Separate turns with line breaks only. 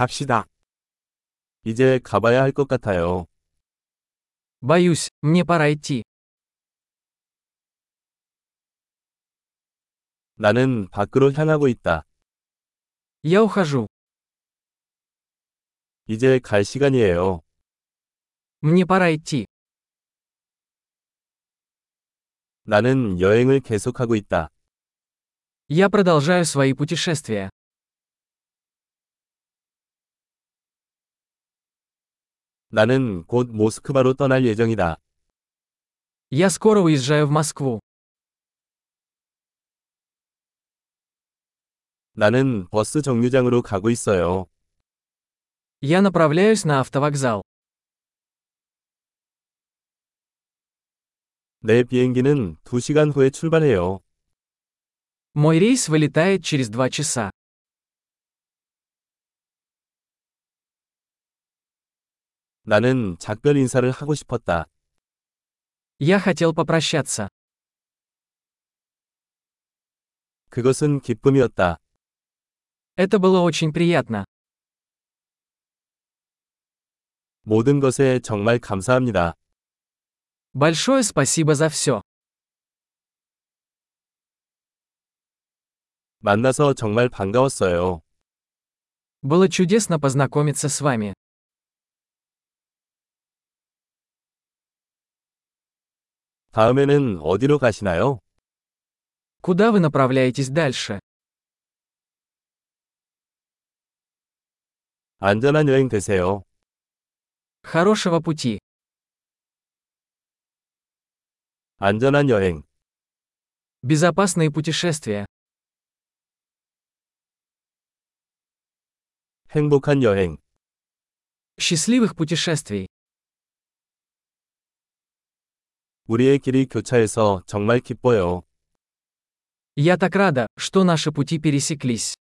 갑시다. 이제 가봐야 할 것 같아요.
Боюсь, мне пора идти.
나는 밖으로 향하고 있다.
Я ухожу.
이제 갈 시간이에요.
Мне пора идти.
나는 여행을 계속하고 있다.
Я продолжаю свои путешествия.
나는 곧 모스크바로 떠날 예정이다.
Я скоро уезжаю в Москву.
나는 버스 정류장으로 가고 있어요.
Я направляюсь на автовокзал.
내 비행기는 2시간 후에 출발해요.
Мой рейс вылетает через два часа.
나는 작별 인사를 하고 싶었다.
Я хотел попрощаться.
그것은 기쁨이었다.
Это было очень приятно.
모든 것에 정말 감사합니다.
Большое спасибо за все.
만나서 정말 반가웠어요.
Было чудесно познакомиться с вами.
다음에는 어디로 가시나요?
Куда вы направляетесь дальше?
안전한 여행 되세요.
Хорошего пути.
안전한 여행.
Безопасные путешествия.
행복한 여행.
Счастливых путешествий.
우리의 길이 교차해서 정말 기뻐요.
Я так рада, что наши пути пересеклись.